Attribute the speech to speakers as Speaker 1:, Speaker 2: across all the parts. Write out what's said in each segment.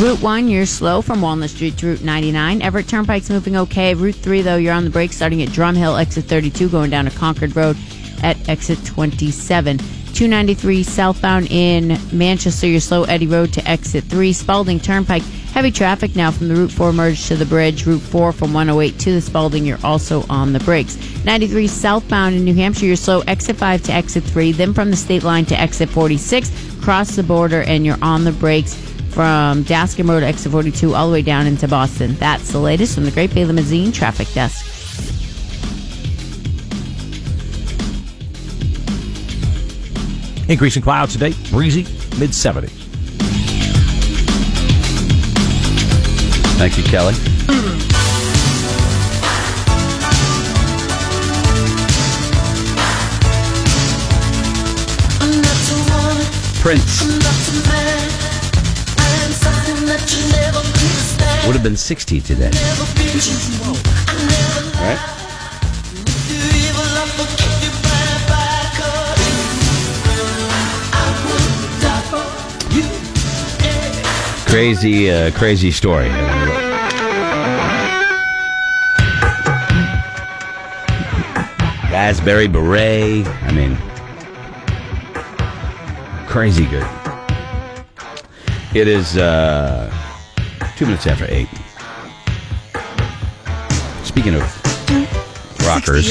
Speaker 1: Route 1, you're slow from Walnut Street to Route 99. Everett Turnpike's moving okay. Route 3, though, you're on the brakes starting at Drum Hill, exit 32, going down to Concord Road at exit 27. 293 southbound in Manchester, you're slow Eddy Road to exit 3. Spalding Turnpike, heavy traffic now from the Route 4 merge to the bridge. Route 4 from 108 to the Spalding, you're also on the brakes. 93 southbound in New Hampshire, you're slow exit 5 to exit 3, then from the state line to exit 46, cross the border, and you're on the brakes from Daskin Road, exit 42, all the way down into Boston. That's the latest from the Great Bay Limousine Traffic Desk.
Speaker 2: Increasing clouds today, breezy, mid 70s.
Speaker 3: Thank you, Kelly. Prince would have been 60 today. Right? Crazy, uh, crazy story. Raspberry beret. I mean, crazy good. It is uh, two minutes after eight. Speaking of rockers,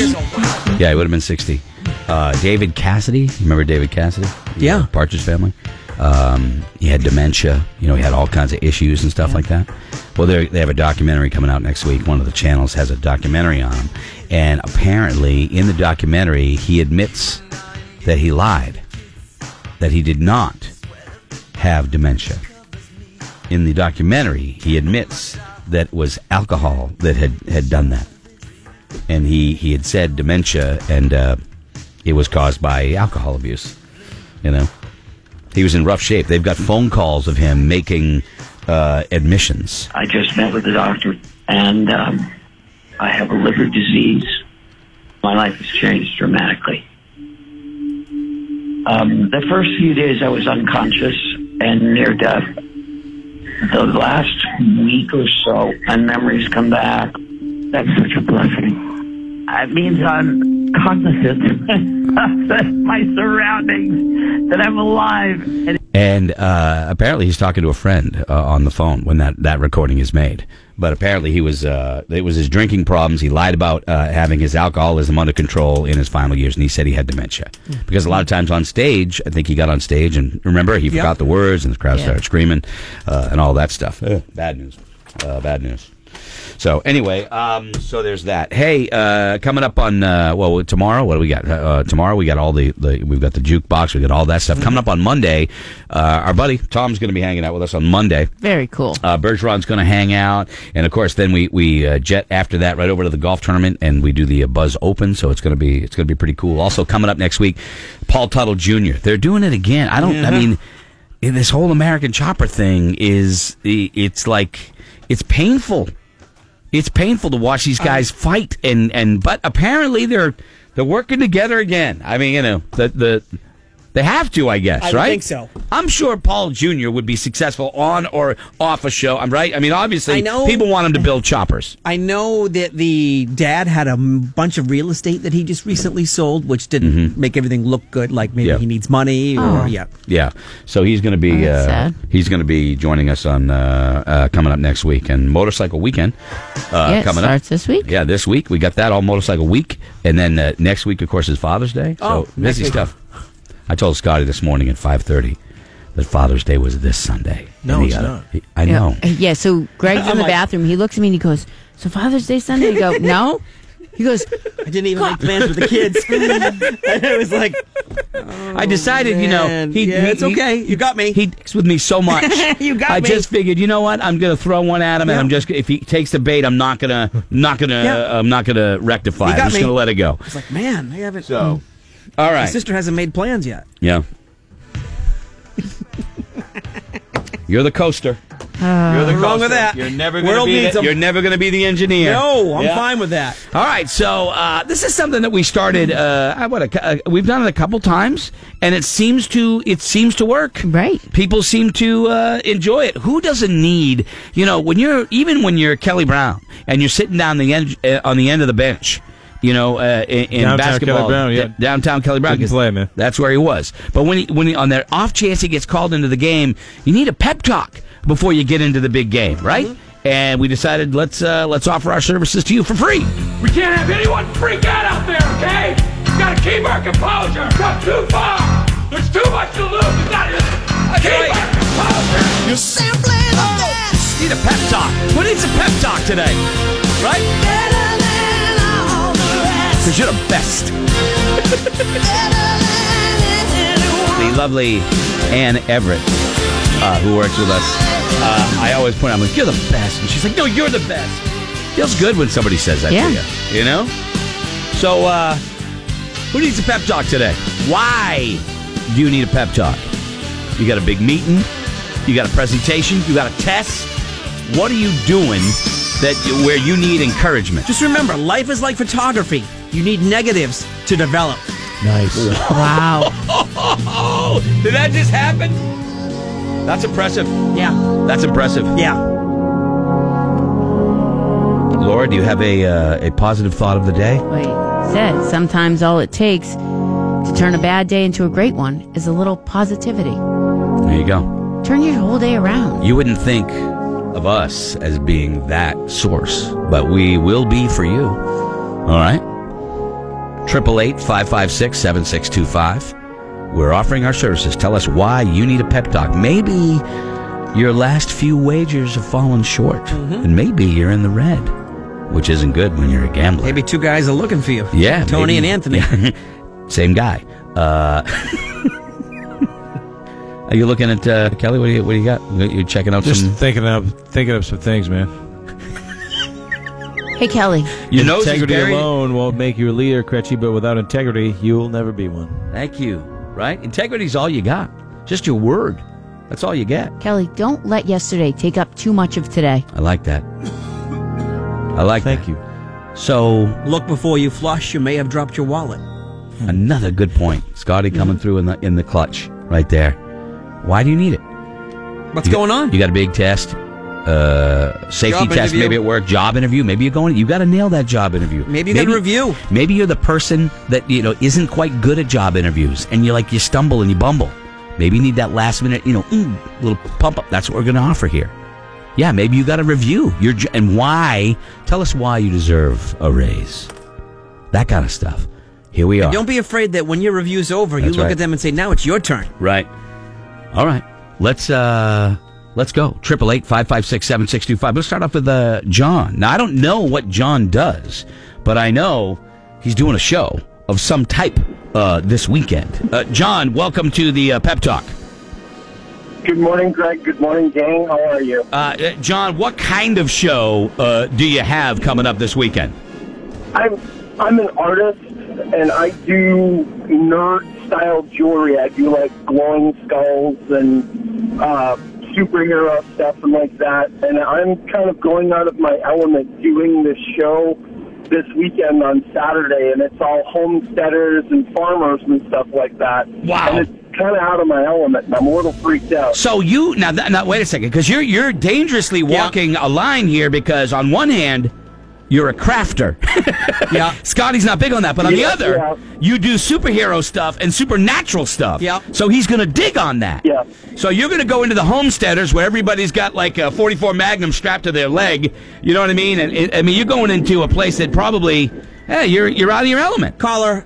Speaker 3: yeah, he would have been sixty. Uh, David Cassidy, you remember David Cassidy?
Speaker 2: Yeah.
Speaker 3: Uh, Partridge Family. Um, he had dementia. You know, he had all kinds of issues and stuff like that. Well, they they have a documentary coming out next week. One of the channels has a documentary on him, and apparently, in the documentary, he admits that he lied, that he did not have dementia. In the documentary, he admits that it was alcohol that had, had done that. And he, he had said dementia, and uh, it was caused by alcohol abuse. You know, he was in rough shape. They've got phone calls of him making uh, admissions.
Speaker 4: I just met with the doctor, and um, I have a liver disease. My life has changed dramatically. Um, the first few days, I was unconscious and near death. The last week or so, my memories come back. That's such a blessing. It means I'm cognizant of my surroundings, that I'm alive. And
Speaker 3: And uh, apparently, he's talking to a friend uh, on the phone when that, that recording is made. But apparently, he was uh, it was his drinking problems. He lied about uh, having his alcoholism under control in his final years, and he said he had dementia
Speaker 1: Hmm.
Speaker 3: because a lot of times on stage, I think he got on stage and remember he forgot the words, and the crowd
Speaker 1: Yeah.
Speaker 3: started screaming uh, and all that stuff. Ugh, bad news, uh, bad news. So anyway, um, so there's that. Hey, uh, coming up on uh, well tomorrow. What do we got? Uh, Uh, tomorrow we got all the, the we've got the jukebox. We got all that stuff coming up on Monday. Uh, our buddy Tom's going to be hanging out with us on Monday.
Speaker 1: Very cool.
Speaker 3: Uh, Bergeron's going to hang out, and of course, then we we uh, jet after that right over to the golf tournament, and we do the uh, Buzz Open. So it's going to be it's going to be pretty cool. Also coming up next week, Paul Tuttle Jr. They're doing it again. I don't. I mean, eh, this whole American Chopper thing is i- it's like it's painful. It's painful to watch these guys fight, and and but apparently they're they're working together again. I mean, you know the the. They have to, I guess,
Speaker 5: I would
Speaker 3: right?
Speaker 5: think so.
Speaker 3: I'm sure Paul Jr. would be successful on or off a show. I'm right. I mean, obviously,
Speaker 5: I know-
Speaker 3: people want him to build choppers.
Speaker 5: I know that the dad had a m- bunch of real estate that he just recently sold, which didn't make everything look good. Like
Speaker 3: Mm-hmm.
Speaker 5: maybe
Speaker 3: Yeah.
Speaker 5: he needs money, or
Speaker 1: Oh.
Speaker 5: yeah.
Speaker 3: Yeah. So he's going to be
Speaker 1: Oh, that's
Speaker 3: uh,
Speaker 1: sad.
Speaker 3: he's going to be joining us on uh, uh, coming up next week and motorcycle weekend uh,
Speaker 1: yeah, it
Speaker 3: coming
Speaker 1: starts
Speaker 3: up.
Speaker 1: this week.
Speaker 3: Yeah, this week we got that all motorcycle week, and then uh, next week, of course, is Father's Day.
Speaker 5: Oh,
Speaker 3: so
Speaker 5: next
Speaker 3: busy
Speaker 5: week.
Speaker 3: stuff. I told Scotty this morning at five thirty that Father's Day was this Sunday.
Speaker 6: No,
Speaker 3: And he
Speaker 6: it's
Speaker 3: got it.
Speaker 6: not.
Speaker 3: He- I
Speaker 1: Yeah.
Speaker 3: know.
Speaker 1: Yeah, so Greg's in
Speaker 5: I'm
Speaker 1: the
Speaker 5: like-
Speaker 1: bathroom. He looks at me and he goes, So Father's Day Sunday? I go, No. He goes,
Speaker 5: I didn't even make plans with the kids. and I was like,
Speaker 3: I decided, you know,
Speaker 5: Oh, man. Yeah, it's okay. You got me.
Speaker 3: He dicks with me so much.
Speaker 5: You got
Speaker 3: I
Speaker 5: me.
Speaker 3: just figured, you know what? I'm gonna throw one at him, and I'm just if he takes the bait, I'm not gonna, not gonna, uh,
Speaker 5: Yeah.
Speaker 3: I'm not gonna rectify.
Speaker 5: He
Speaker 3: it.
Speaker 5: got
Speaker 3: I'm just
Speaker 5: me.
Speaker 3: gonna let it go.
Speaker 5: I was like, man, I haven't.
Speaker 3: So, all
Speaker 5: my
Speaker 3: right,
Speaker 5: sister hasn't made plans yet.
Speaker 3: yeah. You're the coaster.
Speaker 6: You're the
Speaker 5: Uh, wrong with
Speaker 6: coaster.
Speaker 5: that.
Speaker 6: You're never going to
Speaker 5: World
Speaker 6: be.
Speaker 5: needs
Speaker 6: the-
Speaker 5: a-
Speaker 3: You're never going to be the engineer.
Speaker 5: No, I'm
Speaker 6: Yeah.
Speaker 5: fine with that.
Speaker 3: All right, so uh, this is something that we started. Uh, I what a, cou- uh, we've done it a couple times, and it seems to it seems to work.
Speaker 1: Right.
Speaker 3: people seem to uh, enjoy it. Who doesn't need you know when you're even when you're Kelly Brown and you're sitting down the end uh, on the end of the bench. You know, uh, in, in
Speaker 6: Downtown
Speaker 3: basketball,
Speaker 6: Kelly Brown, yeah.
Speaker 3: d- downtown Kelly Brown,
Speaker 6: Didn't
Speaker 3: 'cause
Speaker 6: play, man.
Speaker 3: That's where he was. But when he, when he, on that off chance he gets called into the game, you need a pep talk before you get into the big game, right?
Speaker 7: Mm-hmm.
Speaker 3: And we decided let's uh, let's offer our services to you for free.
Speaker 7: We can't have anyone freak out out there, okay? We gotta keep our composure. It's not too far. There's too much to lose. It's not keep our composure.
Speaker 3: You're simply the best. Need a pep talk. Who needs a pep talk today? Right? Because you're the best. the lovely Anne Everett, uh, who works with us. Uh, I always point out, I'm like, you're the best. And she's like, no, you're the best. Feels good when somebody says that
Speaker 1: Yeah.
Speaker 3: to you. You know? So, uh, who needs a pep talk today? Why do you need a pep talk? You got a big meeting. You got a presentation. You got a test. What are you doing that where you need encouragement?
Speaker 5: Just remember, life is like photography. You need negatives to develop.
Speaker 1: Wow.
Speaker 3: Oh, did that just happen? That's impressive.
Speaker 5: Yeah.
Speaker 3: That's impressive.
Speaker 5: Yeah.
Speaker 3: Laura, do you have a uh, a positive thought of the day?
Speaker 1: Wait. It Says sometimes all it takes to turn a bad day into a great one is a little positivity.
Speaker 3: There you go.
Speaker 1: Turn your whole day around.
Speaker 3: You wouldn't think of us as being that source, but we will be for you. All right. Triple eight five five six seven six two five. We're offering our services. Tell us why you need a pep talk. Maybe your last few wagers have fallen short, and maybe you're in the red, which isn't good when you're a gambler.
Speaker 5: Maybe two guys are looking for you.
Speaker 3: Yeah,
Speaker 5: Tony
Speaker 3: maybe.
Speaker 5: and Anthony.
Speaker 3: Same guy. Uh, are you looking at uh, Kelly? What do you What do you got? You're checking out
Speaker 6: Just
Speaker 3: some.
Speaker 6: thinking up, thinking up some things, man.
Speaker 1: Hey, Kelly.
Speaker 3: Your nose is
Speaker 6: integrity
Speaker 3: buried-
Speaker 6: alone won't make you a leader, Cretchy, but without integrity, you will never be one.
Speaker 3: Thank you. Right? Integrity's all you got. Just your word. That's all you get.
Speaker 1: Kelly, don't let yesterday take up too much of today.
Speaker 3: I like that. I like
Speaker 6: Thank
Speaker 3: that.
Speaker 6: you.
Speaker 3: So
Speaker 5: Look before you flush. You may have dropped your wallet.
Speaker 3: another good point, Scotty, coming through in the in the clutch right there. Why do you need it?
Speaker 5: What's going on?
Speaker 3: You got a big test, uh, safety
Speaker 5: Job
Speaker 3: test,
Speaker 5: interview.
Speaker 3: maybe at work, job interview. Maybe you're going. You got to nail that job interview.
Speaker 5: Maybe you got a review.
Speaker 3: Maybe you're the person that you know isn't quite good at job interviews, and you like you stumble and you bumble. Maybe you need that last minute, you know, ooh, little pump up. That's what we're going to offer here. Yeah, maybe you got a review. Your j- and why? Tell us why you deserve a raise. That kind of stuff. Here we are.
Speaker 5: Don't be afraid that when your review's over, you
Speaker 3: That's
Speaker 5: look
Speaker 3: right.
Speaker 5: at them and say, now it's your turn.
Speaker 3: Right. All right. Let's uh let's go. Triple eight five five six seven six two five. Let's start off with uh John. Now I don't know what John does, but I know he's doing a show of some type uh this weekend. Uh John, welcome to the uh, pep talk.
Speaker 8: Good morning, Greg. Good morning, gang. How are you?
Speaker 3: Uh, uh John, what kind of show uh do you have coming up this weekend?
Speaker 8: I'm I'm an artist, and I do nerd style jewelry. I do like glowing skulls and uh, superhero stuff and like that. And I'm kind of going out of my element doing this show this weekend on Saturday, and it's all homesteaders and farmers and stuff like that.
Speaker 3: Wow.
Speaker 8: And it's kind of out of my element. and I'm a little freaked out.
Speaker 3: So you now, th- now wait a second, because you're you're dangerously walking a line here. Because on one hand, you're a crafter.
Speaker 5: Yeah.
Speaker 3: Scotty's not big on that, but on the
Speaker 8: Yeah,
Speaker 3: other,
Speaker 8: yeah.
Speaker 3: you do superhero stuff and supernatural stuff.
Speaker 5: Yeah.
Speaker 3: So he's going to dig on that.
Speaker 8: Yeah.
Speaker 3: So you're going to go into the homesteaders where everybody's got like a 44 Magnum strapped to their leg. You know what I mean? And it, I mean you're going into a place that probably, hey, you're you're out of your element.
Speaker 5: Caller,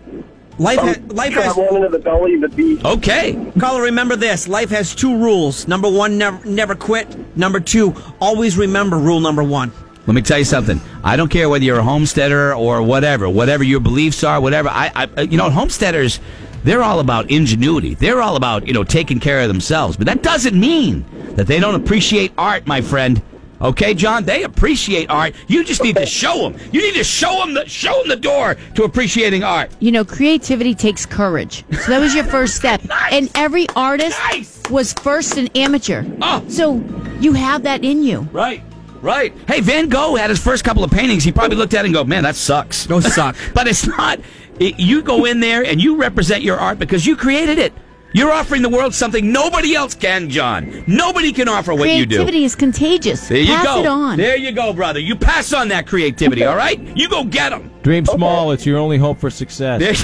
Speaker 5: life, ha-
Speaker 8: Oh, I'm
Speaker 5: life has.
Speaker 8: traveling into the belly of the beast.
Speaker 3: Okay.
Speaker 5: Caller, remember this. Life has two rules. Number one, never, never quit. Number two, always remember rule number one.
Speaker 3: Let me tell you something. I don't care whether you're a homesteader or whatever, whatever your beliefs are, whatever. I, I you know, homesteaders, they're all about ingenuity. They're all about you know taking care of themselves. But that doesn't mean that they don't appreciate art, my friend. Okay, John, they appreciate art. You just need to show them. You need to show them the show 'em the door to appreciating art.
Speaker 1: You know, creativity takes courage. So that was your first step.
Speaker 3: Nice.
Speaker 1: And every artist
Speaker 3: Nice.
Speaker 1: was first an amateur.
Speaker 3: Oh.
Speaker 1: So You have that in you.
Speaker 3: Right. Right. Hey, Van Gogh had his first couple of paintings. He probably looked at it and go, man, that sucks.
Speaker 5: No suck.
Speaker 3: but it's not. It, you go in there and you represent your art because you created it. You're offering the world something nobody else can, John. Nobody can offer what you do.
Speaker 1: Creativity is contagious.
Speaker 3: There you
Speaker 1: Pass
Speaker 3: go.
Speaker 1: it on.
Speaker 3: There you go, brother. You pass on that creativity, all right? You go get them.
Speaker 6: Dream small. It's your only hope for success.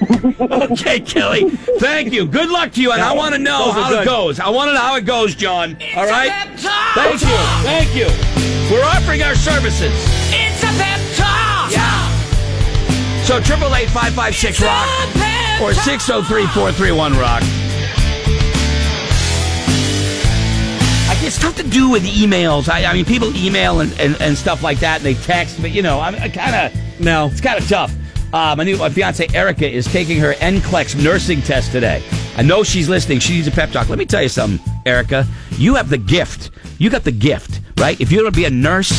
Speaker 3: okay, Kelly. Thank you. Good luck to you, and I want to know
Speaker 6: those are
Speaker 3: how it
Speaker 6: good.
Speaker 3: goes. I want to know how it goes, John. All right. Thank you. Thank you. We're offering our services. It's a pep talk. Yeah. So triple eight five five six rock or six zero three four three one rock. Like, It's tough to do with emails. I, I mean, people email and, and, and stuff like that, and they text, but you know, I'm kind of
Speaker 5: No.
Speaker 3: it's kind of tough. Uh, my new my fiance Erica is taking her NCLEX nursing test today. I know she's listening. She needs a pep talk. Let me tell you something, Erica. You have the gift. You got the gift, right? If you're going to be a nurse,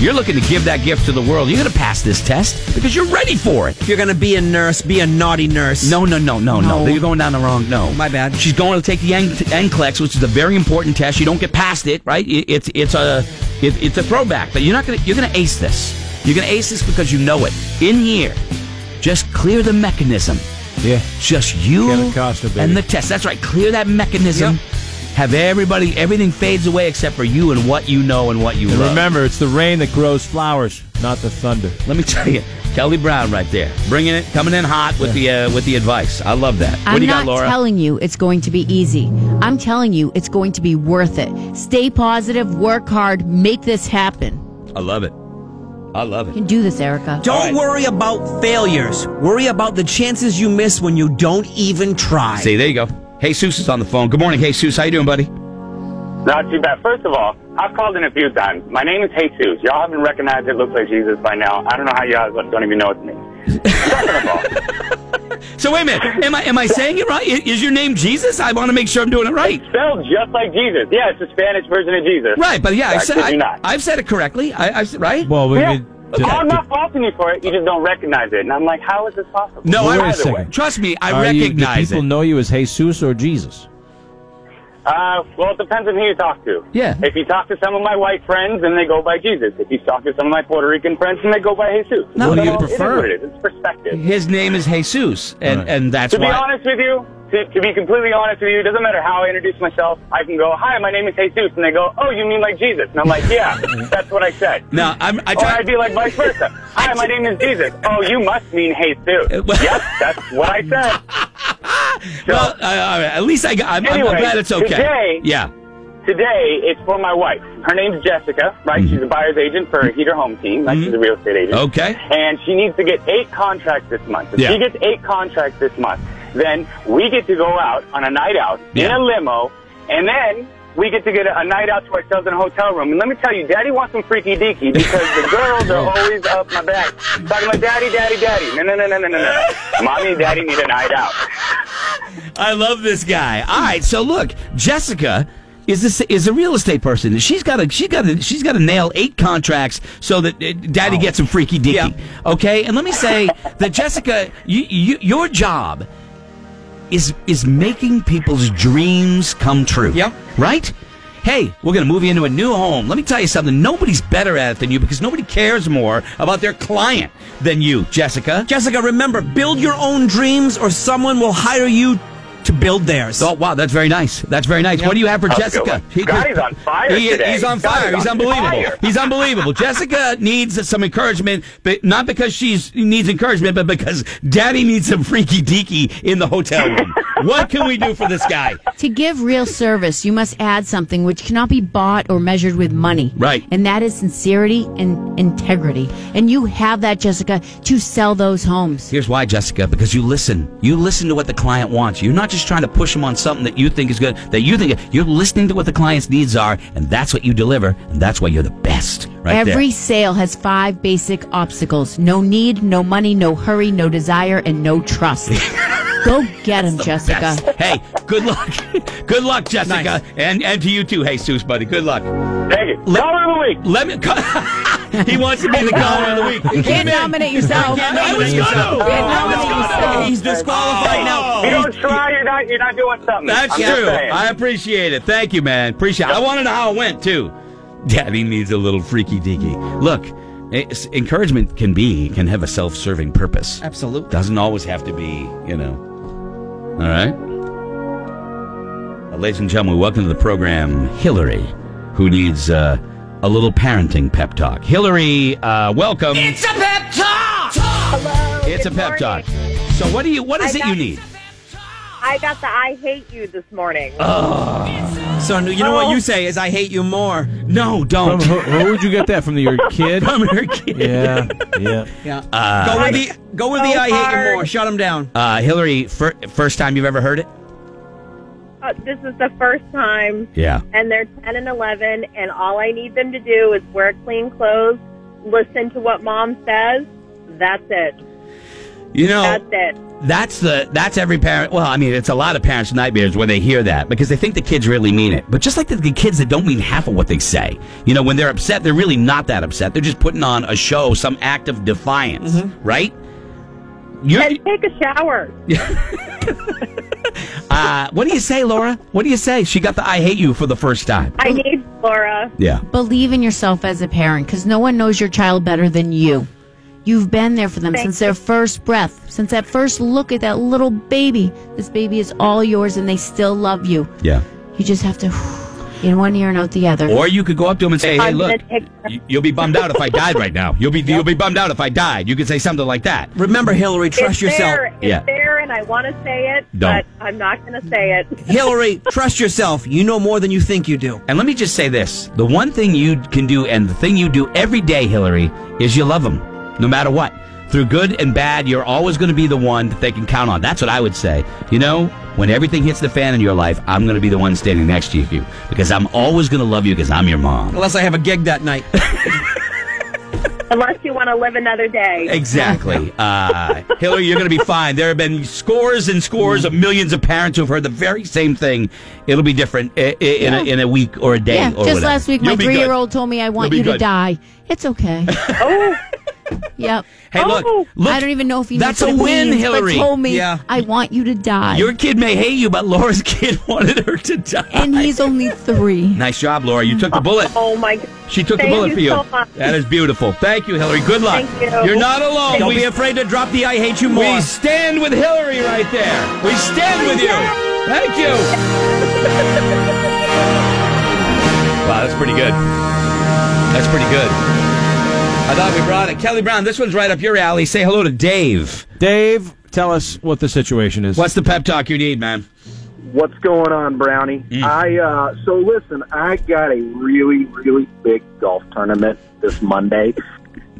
Speaker 3: you're looking to give that gift to the world. You're going to pass this test because you're ready for it.
Speaker 5: If you're going to be a nurse, be a naughty nurse.
Speaker 3: No, no, no, no, no,
Speaker 1: No.
Speaker 3: You're going down the wrong. No,
Speaker 5: My bad.
Speaker 3: Uh, She's going to take the N- NCLEX, which is a very important test. You don't get past it, right? It, it's it's a it, it's a throwback, but you're not gonna you're gonna ace this. You're gonna ace this because you know it. In here, just clear the mechanism.
Speaker 6: Yeah.
Speaker 3: Just you
Speaker 6: Kevin Costner, baby.
Speaker 3: and the test. That's right. Clear that mechanism.
Speaker 5: Yep.
Speaker 3: Have everybody. Everything fades away except for you and what you know and what you
Speaker 6: And
Speaker 3: love.
Speaker 6: remember, it's the rain that grows flowers, not the thunder.
Speaker 3: Let me tell you, Kelly Brown right there, bringing it, coming in hot with the uh, with the advice. I love that.
Speaker 1: I'm
Speaker 3: what do you
Speaker 1: not
Speaker 3: got, Laura?
Speaker 1: telling you it's going to be easy. I'm telling you it's going to be worth it. Stay positive, work hard, make this happen.
Speaker 3: I love it. I love
Speaker 1: You
Speaker 3: it.
Speaker 1: can do this, Erica.
Speaker 5: Don't
Speaker 3: All right.
Speaker 5: worry about failures. Worry about the chances you miss when you don't even try.
Speaker 3: See, there you go. Hey, Seuss is on the phone. Good morning, Hey, Seuss. How you doing, buddy?
Speaker 9: Not too bad. First of all, I've called in a few times. My name is Jesus. Y'all haven't recognized it. Looks like Jesus by now. I don't know how y'all don't even know it's me. Second of all,
Speaker 3: So wait a minute. Am I am I saying it right? I- Is your name Jesus? I want to make sure I'm doing it right.
Speaker 9: spelled just like Jesus. Yeah, it's the Spanish version of Jesus.
Speaker 3: Right, but yeah, I
Speaker 9: Why
Speaker 3: said
Speaker 9: could you
Speaker 3: I,
Speaker 9: not?
Speaker 3: I've said it correctly. I, I said- right.
Speaker 6: Well, we
Speaker 9: Yeah.
Speaker 6: need
Speaker 9: Okay, I'm not faulting you for it. You just don't recognize it. And I'm like, how is this possible?
Speaker 3: no,
Speaker 6: Wait
Speaker 3: I
Speaker 6: a
Speaker 3: either
Speaker 6: second.
Speaker 3: way. Trust me, I
Speaker 6: Are you- do
Speaker 3: recognize
Speaker 6: people
Speaker 3: it.
Speaker 6: know you as Jesus or Jesus?
Speaker 9: Uh, well, it depends on who you talk to.
Speaker 3: Yeah.
Speaker 9: If you talk to some of my white friends, then they go by Jesus. If you talk to some of my Puerto Rican friends, then they go by Jesus.
Speaker 3: No,
Speaker 9: So
Speaker 3: what do you
Speaker 9: it is
Speaker 3: prefer?
Speaker 9: what it is. It's perspective.
Speaker 3: His name is Jesus, and
Speaker 6: Right.
Speaker 3: and that's
Speaker 9: To be
Speaker 3: why.
Speaker 9: honest with you, to, to be completely honest with you, it doesn't matter how I introduce myself. I can go, "Hi, my name is Jesus," and they go, "Oh, you mean like Jesus?" And I'm like, "Yeah, that's what I said."
Speaker 3: no, I'm, I
Speaker 9: Or
Speaker 3: try.
Speaker 9: I'd be like vice versa. Hi, my name is Jesus. Oh, you must mean Jesus. yep, that's what I said. So
Speaker 3: well, uh, all right, at least I got. I'm, I'm- I'm
Speaker 9: Anyway,
Speaker 3: glad it's okay.
Speaker 9: today-
Speaker 3: yeah.
Speaker 9: today it's for my wife. Her name's Jessica, right? She's a buyer's agent for Heater Home Team. Like she's a real estate agent.
Speaker 3: Mm-hmm. Okay.
Speaker 9: and she needs to get eight contracts this month. If
Speaker 3: Yeah.
Speaker 9: she gets eight contracts this month, then we get to go out on a night out in
Speaker 3: Yeah.
Speaker 9: a limo, and then we get to get a, a night out to ourselves in a hotel room. And let me tell you, Daddy wants some freaky deaky because the girls are always up my back talking about Daddy, Daddy, Daddy. No, no, no, no, no, no, no. Mommy and Daddy need a night out.
Speaker 3: I love this guy. All right, so look, Jessica is this is a real estate person. She's got to she got to she's got to nail eight contracts so that uh, Daddy gets some freaky deaky. Okay, and let me say that Jessica, you, you, your job is is making people's dreams come true.
Speaker 5: Yep.
Speaker 3: Right. Hey, we're going to move you into a new home. Let me tell you something. Nobody's better at it than you because nobody cares more about their client than you, Jessica.
Speaker 5: Jessica, remember, build your own dreams or someone will hire you to build theirs.
Speaker 3: Oh wow, that's very nice. That's very nice. What do you have for
Speaker 9: That's a good
Speaker 3: Jessica?
Speaker 9: one. Guy's on fire
Speaker 3: He is-
Speaker 9: today.
Speaker 3: He's on
Speaker 9: Guy's
Speaker 3: fire. He's
Speaker 9: on
Speaker 3: unbelievable.
Speaker 9: fire.
Speaker 3: He's unbelievable. Jessica needs some encouragement, but not because she needs encouragement, but because Daddy needs some freaky deaky in the hotel room. what can we do for this guy?
Speaker 1: To give real service, you must add something which cannot be bought or measured with money.
Speaker 3: Right.
Speaker 1: And that is sincerity and integrity. And you have that, Jessica, to sell those homes.
Speaker 3: Here's why, Jessica. Because you listen. You listen to what the client wants. You're not just trying to push them on something that you think is good. That you think you're listening to what the client's needs are, and that's what you deliver, and that's why you're the best. Right there.
Speaker 1: Every sale has five basic obstacles no need, no money, no hurry, no desire, and no trust. Go get them, Jessica.
Speaker 3: Yes. Hey, good luck. good luck, Jessica. And and to you too, Jesus, buddy. Good luck.
Speaker 9: Thank you. Dollar of the week.
Speaker 3: Let me
Speaker 5: He wants to be the caller of the week.
Speaker 1: You can't nominate yourself.
Speaker 5: I was
Speaker 1: You
Speaker 5: gonna.
Speaker 1: can't nominate yourself.
Speaker 5: He's disqualified
Speaker 9: If you
Speaker 3: Oh.
Speaker 9: don't try, you're not you're not doing something.
Speaker 3: That's
Speaker 9: I'm just
Speaker 3: true.
Speaker 9: saying.
Speaker 3: I appreciate it. Thank you, man. Appreciate. it. I want to know how it went too. Daddy needs a little freaky deaky. Look, it's, encouragement can be can have a self-serving purpose.
Speaker 5: Absolutely.
Speaker 3: Doesn't always have to be, you know. All right. Well, ladies and gentlemen, welcome to the program, Hillary, who needs uh, a little parenting pep talk. Hillary, uh, welcome. It's a pep talk. Hello. It's a
Speaker 10: good
Speaker 3: pep talk. So, what do you? What is it you need?
Speaker 10: I got the I hate you this morning.
Speaker 5: So you know what you say is, I hate you more.
Speaker 3: No,
Speaker 6: From
Speaker 3: don't.
Speaker 6: who, who would you get that from? Your kid?
Speaker 3: From her kid.
Speaker 6: yeah, yeah.
Speaker 5: Yeah.
Speaker 10: Uh,
Speaker 5: go with the go with the
Speaker 10: So
Speaker 5: I hate you
Speaker 10: hard.
Speaker 5: more. Shut him down.
Speaker 3: Uh, Hillary, fir- first time you've ever heard it?
Speaker 10: Uh, this is the first time,
Speaker 3: Yeah.
Speaker 10: and they're 10 and 11, and all I need them to do is wear clean clothes, listen to what mom says. That's it.
Speaker 3: You know,
Speaker 10: That's it.
Speaker 3: that's the that's every parent. Well, I mean, it's a lot of parents' nightmares when they hear that because they think the kids really mean it. But just like the, the kids that don't mean half of what they say, you know, when they're upset, they're really not that upset. They're just putting on a show, some act of defiance, right? You,
Speaker 10: Mm-hmm. And take a shower.
Speaker 3: uh, what do you say, Laura? What do you say? She got the "I hate you" for the first time.
Speaker 10: I need Laura.
Speaker 3: Yeah.
Speaker 1: Believe in yourself as a parent because no one knows your child better than you. You've been there for them
Speaker 10: Thank
Speaker 1: since
Speaker 10: you.
Speaker 1: their first breath, since that first look at that little baby. This baby is all yours and they still love you.
Speaker 3: Yeah.
Speaker 1: You just have to in one ear and out the other.
Speaker 3: Or you could go up to him and say, "Hey,
Speaker 10: I'm
Speaker 3: look,
Speaker 10: gonna take-
Speaker 3: y- you'll be bummed out if I died right now. You'll be you'll be bummed out if I died." You could say something like that.
Speaker 5: Remember, Hillary,
Speaker 10: it's
Speaker 5: trust yourself.
Speaker 10: There. It's
Speaker 3: Yeah.
Speaker 10: there, and I want to say it,
Speaker 3: Don't.
Speaker 10: but I'm not going to say it.
Speaker 5: Hillary, trust yourself. You know more than you think you do.
Speaker 3: And let me just say this the one thing you can do and the thing you do every day, Hillary, is you love them, no matter what. Through good and bad, you're always going to be the one that they can count on. That's what I would say. You know, when everything hits the fan in your life, I'm going to be the one standing next to you because I'm always going to love you because I'm your mom.
Speaker 5: Unless I have a gig that night.
Speaker 10: Unless you want to live another day.
Speaker 3: Exactly. Uh, Hillary, you're going to be fine. There have been scores and scores of millions of parents who've heard the very same thing. It'll be different i- i- in, a, in a week or a day
Speaker 1: yeah,
Speaker 3: or
Speaker 1: just
Speaker 3: whatever.
Speaker 1: last week,
Speaker 3: You'll
Speaker 1: my
Speaker 3: be good.
Speaker 1: three year old told me I want
Speaker 3: You'll
Speaker 1: you
Speaker 3: be
Speaker 1: to
Speaker 3: good.
Speaker 1: die. It's okay.
Speaker 10: Oh,
Speaker 1: yep.
Speaker 3: Hey,
Speaker 10: Oh.
Speaker 3: look, look.
Speaker 1: I don't even know if he
Speaker 3: That's
Speaker 1: knows
Speaker 3: a
Speaker 1: what it
Speaker 3: win,
Speaker 1: means,
Speaker 3: Hillary.
Speaker 1: But told me
Speaker 5: Yeah.
Speaker 1: I want you to die,
Speaker 3: Your kid may hate you, but Laura's kid wanted her to die.
Speaker 1: and he's only three.
Speaker 3: nice job, Laura. You took the bullet.
Speaker 10: oh my God.
Speaker 3: She took
Speaker 10: Thank
Speaker 3: the bullet
Speaker 10: you
Speaker 3: for you.
Speaker 10: so much.
Speaker 3: That is beautiful. Thank you, Hillary. Good luck.
Speaker 10: Thank you.
Speaker 3: are not alone.
Speaker 10: Don't
Speaker 3: we,
Speaker 5: be afraid to drop the I hate you more.
Speaker 3: we stand with Hillary right there. We stand with you. Thank you. wow, that's pretty good. That's pretty good. I thought we brought it. Kelly Brown, this one's right up your alley. Say hello to Dave.
Speaker 6: Dave, tell us what the situation is.
Speaker 3: What's the pep talk you need, man?
Speaker 8: What's going on, Brownie?
Speaker 3: Mm.
Speaker 8: I uh, so listen. I got a really, really big golf tournament this Monday,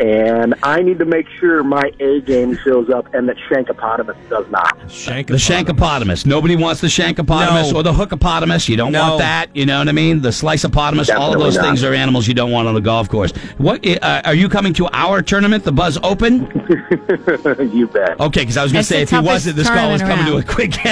Speaker 8: and I need to make sure my A game shows up and that Shankopotamus does not.
Speaker 6: Shank-
Speaker 3: The shankopotamus. Nobody wants the shankopotamus
Speaker 5: No.
Speaker 3: or the hookopotamus. You don't
Speaker 5: No.
Speaker 3: want that. You know what I mean? The sliceopotamus. all of
Speaker 8: Definitely
Speaker 3: those
Speaker 8: not.
Speaker 3: things are animals you don't want on the golf course. What uh, are you coming to our tournament, the Buzz Open?
Speaker 8: you bet.
Speaker 3: Okay, because I was going
Speaker 1: That's
Speaker 3: to say
Speaker 1: the
Speaker 3: if he
Speaker 1: toughest
Speaker 3: wasn't, this call was
Speaker 1: tournament
Speaker 3: coming to a quick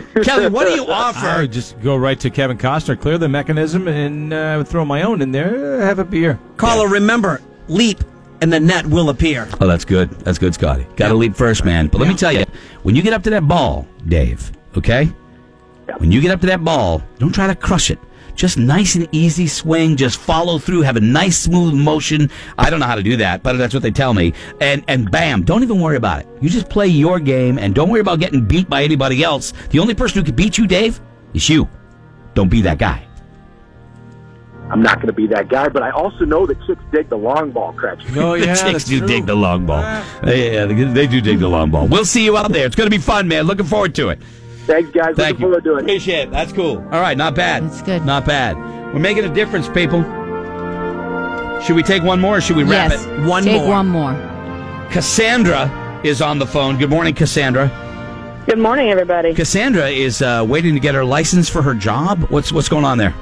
Speaker 3: end. Kelly, what do you
Speaker 6: I
Speaker 3: offer?
Speaker 6: would just go right to Kevin Costner, clear the mechanism, and uh, throw my own in there. Have a beer.
Speaker 5: Caller, remember, leap, and the net will appear.
Speaker 3: Oh, that's good. That's good, Scotty. Got to leap first, man. But let me tell you, when you get up to that ball, Dave, okay? When you get up to that ball, don't try to crush it. Just nice and easy swing. Just follow through. Have a nice smooth motion. I don't know how to do that, but that's what they tell me. And and bam, don't even worry about it. You just play your game and don't worry about getting beat by anybody else. The only person who could beat you, Dave, is you. Don't be that guy.
Speaker 8: I'm not going to be that guy, but I also know that chicks dig the long ball, Crutch.
Speaker 10: Oh,
Speaker 6: No,
Speaker 3: the chicks do dig the long ball. Yeah, they, they do dig the long ball. We'll see you out there. It's going to be fun, man. Looking forward to it.
Speaker 8: Thanks, guys.
Speaker 3: Thank
Speaker 8: Looking forward
Speaker 3: you.
Speaker 8: to it.
Speaker 3: Appreciate it. That's cool. All right, not bad.
Speaker 1: That's good.
Speaker 3: Not bad. We're making a difference, people. Should we take one more or should we wrap
Speaker 1: yes,
Speaker 3: it?
Speaker 5: One
Speaker 1: Take
Speaker 5: more.
Speaker 1: one more.
Speaker 3: Cassandra is on the phone. Good morning, Cassandra.
Speaker 10: Good morning, everybody.
Speaker 3: Cassandra is uh, waiting to get her license for her job. What's what's going on there?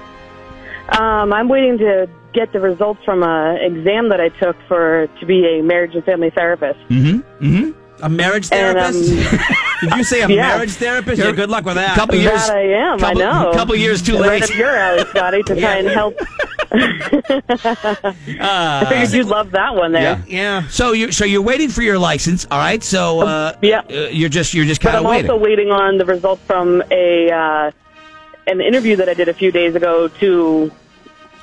Speaker 10: Um, I'm waiting to get the results from a exam that I took for to be a marriage and family therapist.
Speaker 5: A marriage
Speaker 10: And, um,
Speaker 5: therapist? Did you say a
Speaker 10: yeah.
Speaker 5: marriage therapist? Yeah, good luck with that.
Speaker 3: Couple years.
Speaker 10: That I am.
Speaker 3: Couple,
Speaker 10: I know.
Speaker 3: Couple years too
Speaker 10: Right
Speaker 3: late.
Speaker 10: up your alley, Scotty, to try and help I figured
Speaker 3: Uh,
Speaker 10: you'd love that one there.
Speaker 5: Yeah.
Speaker 3: So you so you're waiting for your license, all right? So uh,
Speaker 10: Um, yeah.
Speaker 3: uh, you're just you're just
Speaker 10: But
Speaker 3: kind
Speaker 10: I'm
Speaker 3: of waiting.
Speaker 10: also waiting on the result from a uh, an interview that I did a few days ago to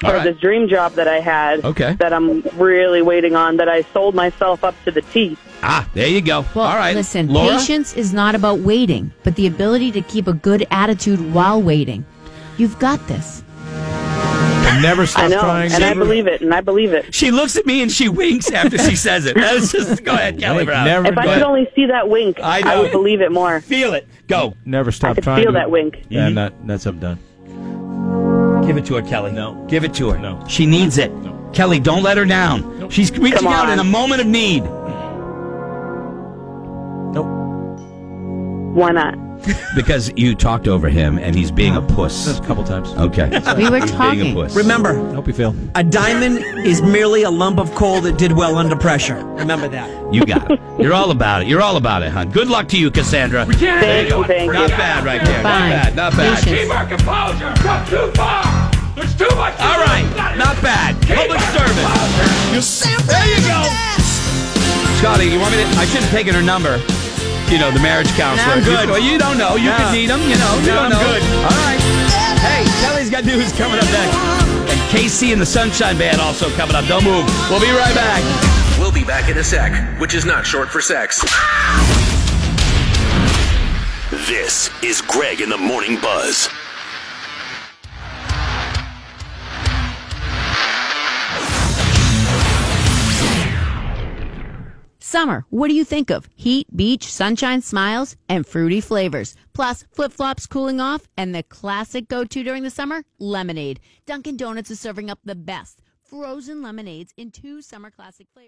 Speaker 3: All
Speaker 10: for
Speaker 3: right.
Speaker 10: this dream job that I had.
Speaker 3: Okay.
Speaker 10: That I'm really waiting on. That I sold myself up to the T.
Speaker 3: ah, there you go.
Speaker 1: Well,
Speaker 3: all right,
Speaker 1: listen,
Speaker 3: Laura.
Speaker 1: patience is not about waiting, but the ability to keep a good attitude while waiting. You've got this.
Speaker 6: And never
Speaker 10: I
Speaker 6: stop
Speaker 10: know,
Speaker 6: trying.
Speaker 10: and I
Speaker 6: never-
Speaker 10: believe it, and I believe it.
Speaker 3: She looks at me and she winks after she says it. That's just go ahead, Kelly
Speaker 6: Wink,
Speaker 3: Brown.
Speaker 6: never,
Speaker 10: If I could only see that wink,
Speaker 3: I
Speaker 10: I,
Speaker 3: know.
Speaker 10: would believe it more.
Speaker 3: Feel it. Go.
Speaker 6: never stop
Speaker 10: could
Speaker 6: trying.
Speaker 10: feel
Speaker 6: to-
Speaker 10: that wink.
Speaker 6: Yeah, not, that's I'm done.
Speaker 3: Give it to her, Kelly.
Speaker 6: No.
Speaker 3: Give it to her.
Speaker 6: No.
Speaker 3: She needs it.
Speaker 6: No.
Speaker 3: Kelly, don't let her down.
Speaker 6: Nope.
Speaker 3: She's reaching
Speaker 10: Come
Speaker 3: out
Speaker 10: on.
Speaker 3: in a moment of need.
Speaker 10: Why not?
Speaker 3: Because you talked over him and he's being a
Speaker 6: Just
Speaker 3: puss.
Speaker 6: a couple times.
Speaker 3: Okay.
Speaker 1: We were
Speaker 3: He's Being a
Speaker 1: talking.
Speaker 3: puss.
Speaker 5: Remember,
Speaker 6: Hope you feel.
Speaker 5: a diamond is merely a lump of coal that did well under pressure. Remember that.
Speaker 3: You got it. You're all about it. You're all about it, hon. Good luck to you, Cassandra. Not
Speaker 10: Thank you, thank you.
Speaker 3: bad right there. Not
Speaker 1: Fine.
Speaker 3: bad. Not bad.
Speaker 1: Patience.
Speaker 7: Keep our composure. Come too far. There's too much. to
Speaker 3: All
Speaker 7: lose.
Speaker 3: right.
Speaker 7: That is-
Speaker 3: Not bad.
Speaker 7: Keep
Speaker 3: Public
Speaker 7: our
Speaker 3: service.
Speaker 7: composure.
Speaker 3: There you go. Scotty, you want me to? I should have taken her number. You know, the marriage counselor.
Speaker 6: I'm good.
Speaker 3: You, well, you don't know. You
Speaker 6: No.
Speaker 3: could need them. You know. You
Speaker 6: No,
Speaker 3: don't
Speaker 6: I'm
Speaker 3: know.
Speaker 6: good.
Speaker 3: All right. Hey, Kelly's got news coming up next. And KC and the Sunshine Band also coming up. Don't move. We'll be right back.
Speaker 11: We'll be back in a sec, which is not short for sex.
Speaker 12: This is Greg in the Morning Buzz.
Speaker 1: Summer, what do you think of? Heat, beach, sunshine, smiles, and fruity flavors. Plus, flip flops cooling off, and the classic go to during the summer lemonade. Dunkin' Donuts is serving up the best frozen lemonades in two summer classic flavors.